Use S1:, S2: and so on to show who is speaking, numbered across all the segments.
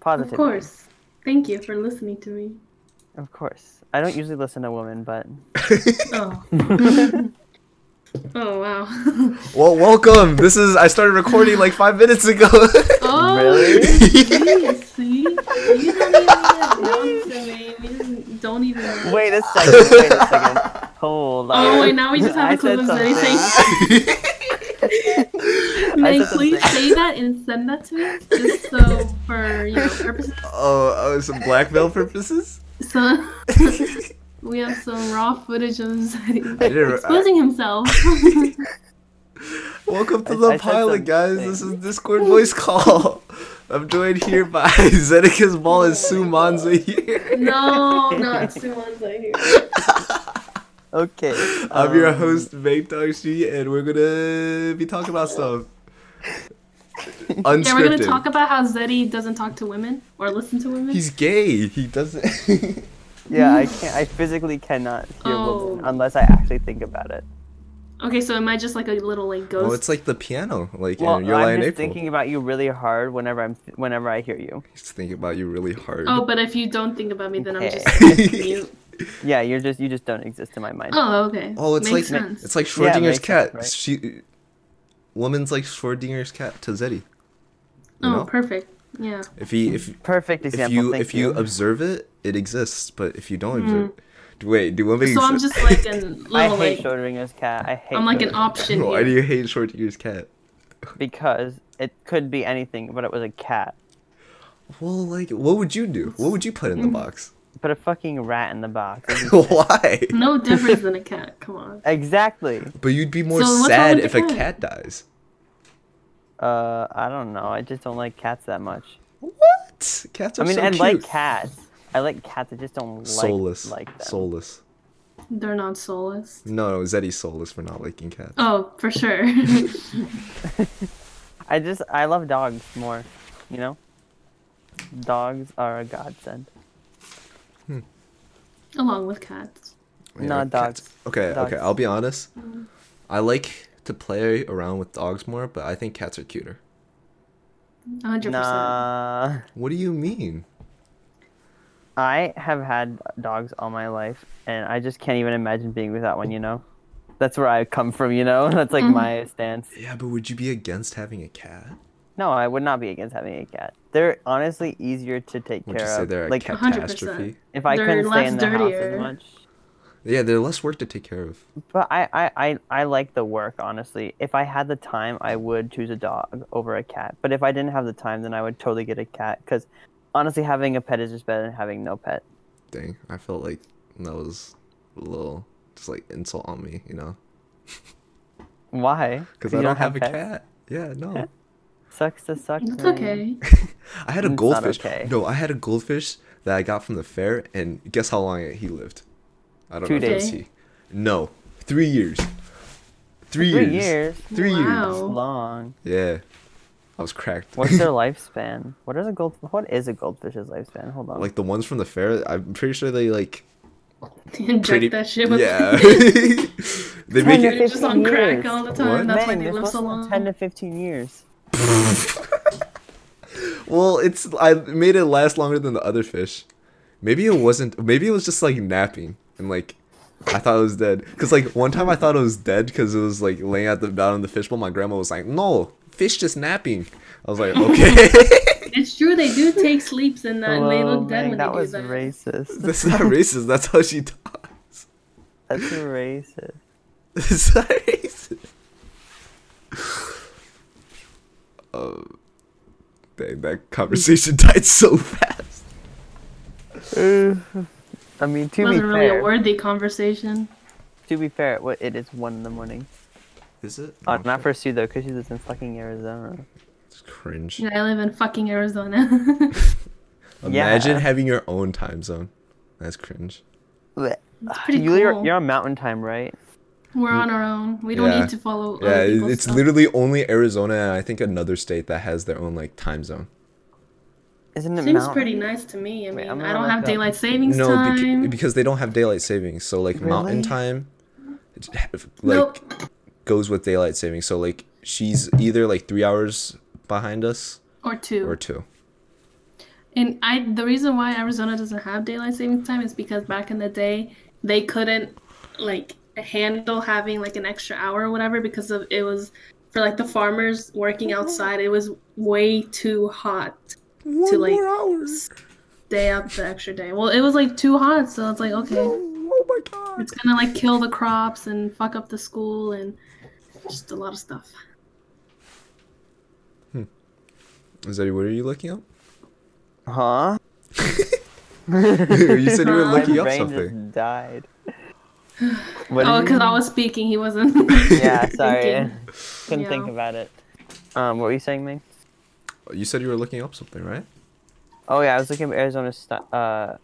S1: Positively.
S2: Of course. Thank you for listening to me.
S1: Of course. I don't usually listen to women, but
S2: Oh. oh wow.
S3: Well, welcome. This is I started recording like five minutes ago.
S2: oh.
S1: really?
S2: Jeez, see? You don't even get down to me. We just don't even.
S1: Wait a second. Wait a second. Hold on.
S2: Oh, wait, now we just
S1: I
S2: have to
S1: said
S2: close
S1: something.
S2: anything.
S1: I
S2: May
S1: said
S2: please
S1: something.
S2: say that and send that to me, just so for you know purposes.
S3: oh, oh, some blackmail purposes.
S2: So
S3: I
S2: we have some raw footage of him setting-
S3: didn't, I-
S2: exposing himself.
S3: welcome to
S1: I-
S3: the
S1: I said
S3: pilot, guys.
S1: something.
S3: This is Discord voice call. I'm joined here by Zedekus Ball and Sue Manza here.
S2: no, not Suwan's out here.
S1: Okay.
S3: I'm your
S1: um,
S3: host, Mate Dog G, and we're gonna be talking about stuff. Unscripted.
S2: Yeah, we're gonna talk about how Zeddy doesn't talk to women or listen to women.
S3: He's gay. He doesn't.
S1: Yeah, I can't. I physically cannot hear women
S2: Oh.
S1: unless I actually think about it.
S2: Okay, so am I just like a little like ghost?
S3: well, Oh, it's like the piano, like
S1: Well,
S3: in Your Lie
S1: I'm
S3: in
S1: just
S3: April.
S1: thinking about you really hard whenever I'm whenever I hear you.
S3: He's thinking about you really hard.
S2: oh, but if you don't think about me, then I'm just mute.
S1: Yeah, you're just you just don't exist in my mind.
S2: Oh, okay.
S3: Oh, it's
S2: Makes
S3: like
S2: sense.
S3: it's like
S1: Yeah,
S3: Schrodinger's
S1: makes
S3: cat.
S1: sense, right?
S3: She, woman's like Schrodinger's cat to Zeddy. you
S2: oh,
S3: know?
S2: perfect. Yeah.
S3: If he if
S1: Perfect
S3: if
S1: example.
S3: you
S1: thank
S3: if you observe it, it exists. But if you don't observe, do- wait, do women?
S2: Hmm. So I'm
S3: exist?
S2: just like an
S1: I
S2: little
S1: hate
S2: like
S1: Schrodinger's cat. I hate.
S2: Oh, I'm like an
S1: Schrodinger's
S2: option
S3: Why do
S2: here.
S3: you hate Schrodinger's cat?
S1: cat because it could be anything, but it was a cat.
S3: Well, like, what would you do? What would you put in
S2: Hmm.
S3: the box?
S1: Put a fucking rat in the box.
S3: Why?
S2: No difference than a cat. Come on.
S1: exactly.
S3: But you'd be more
S2: So what's wrong
S3: sad
S2: with
S3: if
S2: the
S3: a
S2: cat?
S3: cat dies.
S1: Uh, I don't know. I just don't like cats that much.
S3: What? Cats are
S1: I mean,
S3: so
S1: I
S3: cute.
S1: like cats. I like cats. I just don't like
S3: Soulless.
S1: like them.
S3: Soulless.
S2: They're not soulless.
S3: No, no, Zeddy's soulless for not liking cats.
S2: Oh, for sure.
S1: I just I love dogs more. You know, dogs are a godsend.
S2: Along with cats.
S3: Yeah,
S1: not
S3: cats-
S1: dogs.
S3: Okay,
S1: Dogs.
S3: okay. I'll be honest. I like to play around with dogs more, but I think cats are cuter.
S2: 100%.
S1: Nah,
S3: What do you mean?
S1: I have had dogs all my life, and I just can't even imagine being without one. You know, that's where I come from. You know, that's like
S2: Mm-hmm.
S1: my stance.
S3: Yeah, but would you be against having a cat?
S1: No, I would not be against having a cat. They're honestly easier to take
S3: Would you
S1: care
S3: say
S1: of.
S3: they're a
S1: like
S3: catastrophe?
S2: 100%.
S1: if I
S2: They're
S1: couldn't stay
S2: less
S1: in the house as
S2: dirtier.
S1: much.
S3: Yeah, they're less work to take care of.
S1: But I, I, I, I like the work, honestly. If I had the time, I would choose a dog over a cat. But if I didn't have the time, then I would totally get a cat. Because honestly, having a pet is just better than having no pet.
S3: Dang, I felt like that was a little just like insult on me, you know?
S1: Why?
S3: Because
S1: You
S3: I don't have, a
S1: pets?
S3: cat. Yeah, no.
S1: Sucks to suck.
S2: That's
S1: man.
S2: okay.
S3: Mm. I had a
S1: It's not
S3: goldfish.
S1: okay.
S3: No, I had a goldfish that I got from the fair, and guess how long he lived? I don't
S1: Two
S3: know if it was
S2: days.
S3: he. No, three years. Three,
S1: Three
S3: years.
S1: years.
S3: Three
S2: Wow.
S3: years.
S1: Long.
S3: Yeah, I was cracked.
S1: What's their lifespan? What is a gold? What is a goldfish's lifespan? Hold on.
S3: like the ones from the fair? I'm pretty sure they like.
S2: Inject
S3: Pretty,
S2: that shit with
S3: yeah. they
S1: Ten
S3: make
S1: to
S3: it.
S2: They're just on crack
S1: years.
S2: all the time.
S3: What?
S2: That's why
S1: Man,
S2: they
S1: you're
S2: live so
S1: supposed to live
S2: long.
S1: Ten to fifteen years.
S3: Well, it's I made it last longer than the other fish. Maybe it wasn't. Maybe it was just like napping and like. I thought it was dead because like one time I thought it was dead because it was like laying at the bottom of the fishbowl. My grandma was like, "No, fish just napping." I was like, "Okay,
S2: It's true, they do take sleeps and, that, and they
S1: Whoa,
S2: look dead
S1: man,
S2: when
S1: that
S2: they do
S1: was
S2: that.
S1: racist.
S3: that's not racist. That's how she talks.
S1: That's racist.
S3: That's not racist." Um, dang, that conversation died so fast.
S1: Uh, I mean, to be
S2: It wasn't really
S1: fair,
S2: a worthy conversation.
S1: to be fair, it wa- it is one in the morning.
S3: Is it?
S1: Uh, not for Sue though, because she lives in fucking Arizona.
S3: It's cringe.
S2: Yeah, I live in fucking Arizona.
S3: Imagine
S1: Yeah.
S3: having your own time zone. That's cringe.
S1: Blech.
S2: it's pretty
S1: you, are
S2: cool.
S1: you're on mountain time, right?
S2: We're on our own. We don't
S3: Yeah.
S2: need to follow
S3: Yeah,
S2: other
S3: it-
S2: people's
S3: it's
S2: stuff.
S3: literally only Arizona and I think another state that has their own like time zone.
S1: Isn't it
S2: Seems
S1: mountain?
S2: pretty nice to me. I
S1: Wait,
S2: mean,
S1: I'm
S2: I
S1: gonna
S2: don't
S1: look
S2: have
S1: up-
S2: daylight savings
S3: no, beca-
S2: time.
S3: because they don't have daylight savings. So like mountain
S1: Really?
S3: time, it j- like
S2: Nope.
S3: goes with daylight savings. So like she's either like three hours behind us
S2: or two.
S3: or two.
S2: And I, the reason why Arizona doesn't have daylight savings time is because back in the day they couldn't like handle having like an extra hour or whatever because of it was for like the farmers working outside. It was way too hot
S3: One
S2: To, like,
S3: more hour.
S2: day out the extra day. Well, it was like too hot, so it's like okay,
S3: Oh my god.
S2: it's gonna like kill the crops and fuck up the school and just a lot of stuff.
S3: Zeddy, what are you looking up?
S1: Huh?
S3: you said you were
S2: My
S3: looking up
S1: brain
S3: something.
S1: just died. What
S2: oh,
S1: did
S2: because
S1: you-
S2: I was speaking, he wasn't.
S1: yeah, sorry, I
S2: thinking.
S1: couldn't
S2: Yeah.
S1: think about it. Um, what were you saying, Ming?
S3: You said you were looking up something, right?
S1: Oh yeah, I was looking at Arizona's st- uh,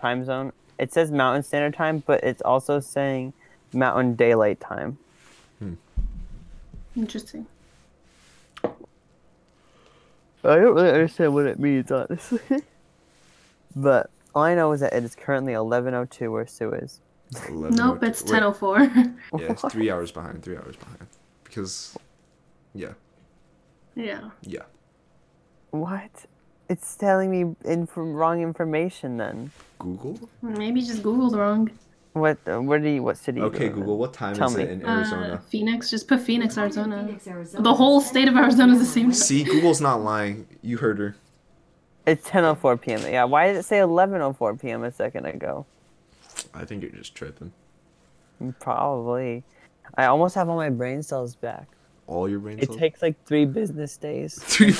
S1: time zone. It says Mountain Standard Time, but it's also saying Mountain Daylight Time.
S2: Interesting.
S1: I don't really understand what it means, honestly. but all I know is that it is currently 11:02 where Sue is.
S3: 11
S2: Nope, it's
S3: wait,
S2: ten oh four.
S3: Yeah, it's three hours behind. Three hours behind. Because, yeah,
S2: Yeah.
S3: yeah.
S1: What? It's telling me inf- wrong information then.
S3: Google.
S2: Maybe you just googled wrong.
S1: What? uh, Where do you? What city? you
S3: Okay,
S1: live in?
S3: Google. What time
S1: Tell
S3: is it
S1: me.
S3: in
S2: Uh,
S3: Arizona?
S2: Phoenix. Just put Phoenix, Arizona.
S4: Phoenix, Arizona.
S2: The whole state of Arizona is the same.
S3: See, Google's not lying. You heard her.
S1: It's 10:04 p.m. Yeah. Why did it say 11:04 p.m. a second ago?
S3: I think you're just tripping.
S1: Probably. I almost have all my brain cells back.
S3: All your brain
S1: It
S3: cells.
S1: takes like three business days.
S3: Three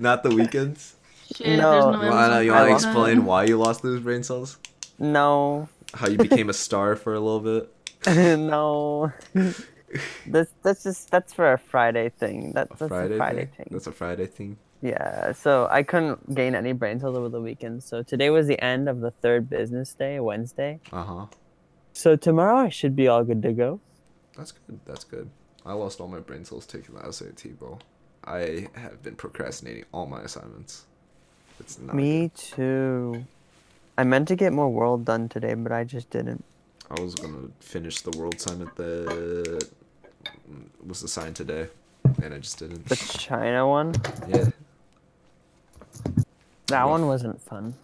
S3: Not the weekends.
S2: Shit,
S1: No.
S2: there's no
S1: Well,
S3: Well, I know, you want
S1: I
S3: to
S1: lost
S2: Arizona.
S3: explain why you lost those brain cells?
S1: No,
S3: How you became a star for a little bit?
S1: no. that's that's just that's for a Friday thing. That,
S3: A
S1: that's a Friday thing.
S3: That's a Friday thing.
S1: Yeah. So I couldn't gain any brain cells over the weekend. So today was the end of the third business day, Wednesday.
S3: Uh huh.
S1: So tomorrow I should be all good to go.
S3: That's good. That's good. I lost all my brain cells taking the SAT, bro. I have been procrastinating all my assignments. It's not
S1: Oh, Me too. I meant to get more world done today, but I just didn't.
S3: good. I was gonna finish the world assignment that was assigned today, and I just didn't.
S1: The China one.
S3: Yeah.
S1: That
S3: Rough.
S1: one wasn't fun.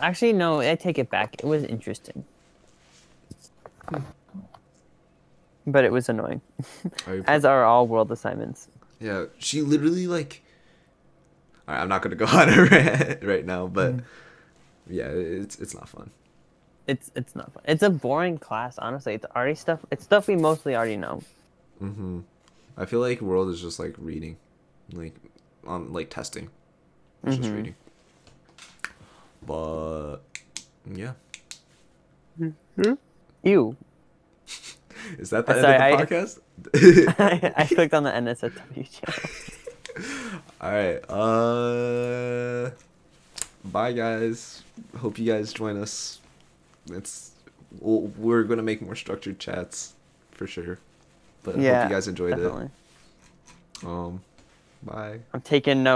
S1: Actually, no, I take it back. It was interesting. But it was annoying,
S3: Are you
S1: as are all world assignments.
S3: Yeah, she literally like. All right, I'm not gonna go on a rant right now, but
S1: Mm.
S3: yeah, it's it's not fun.
S1: It's it's not fun. It's a boring class, honestly. It's already stuff. It's stuff we mostly already know.
S3: Mm-hmm. I feel like world is just like reading, like on like testing, it's just
S1: Mhm.
S3: reading. But yeah,
S1: Ew.
S3: is that the
S1: Sorry,
S3: end
S1: I-
S3: of the podcast?
S1: I, I clicked on the NSFW channel.
S3: All right. Uh, bye guys. Hope you guys join us. It's we'll, we're gonna make more structured chats for sure. But hope you guys enjoyed
S1: definitely.
S3: it. Um, bye.
S1: I'm taking notes.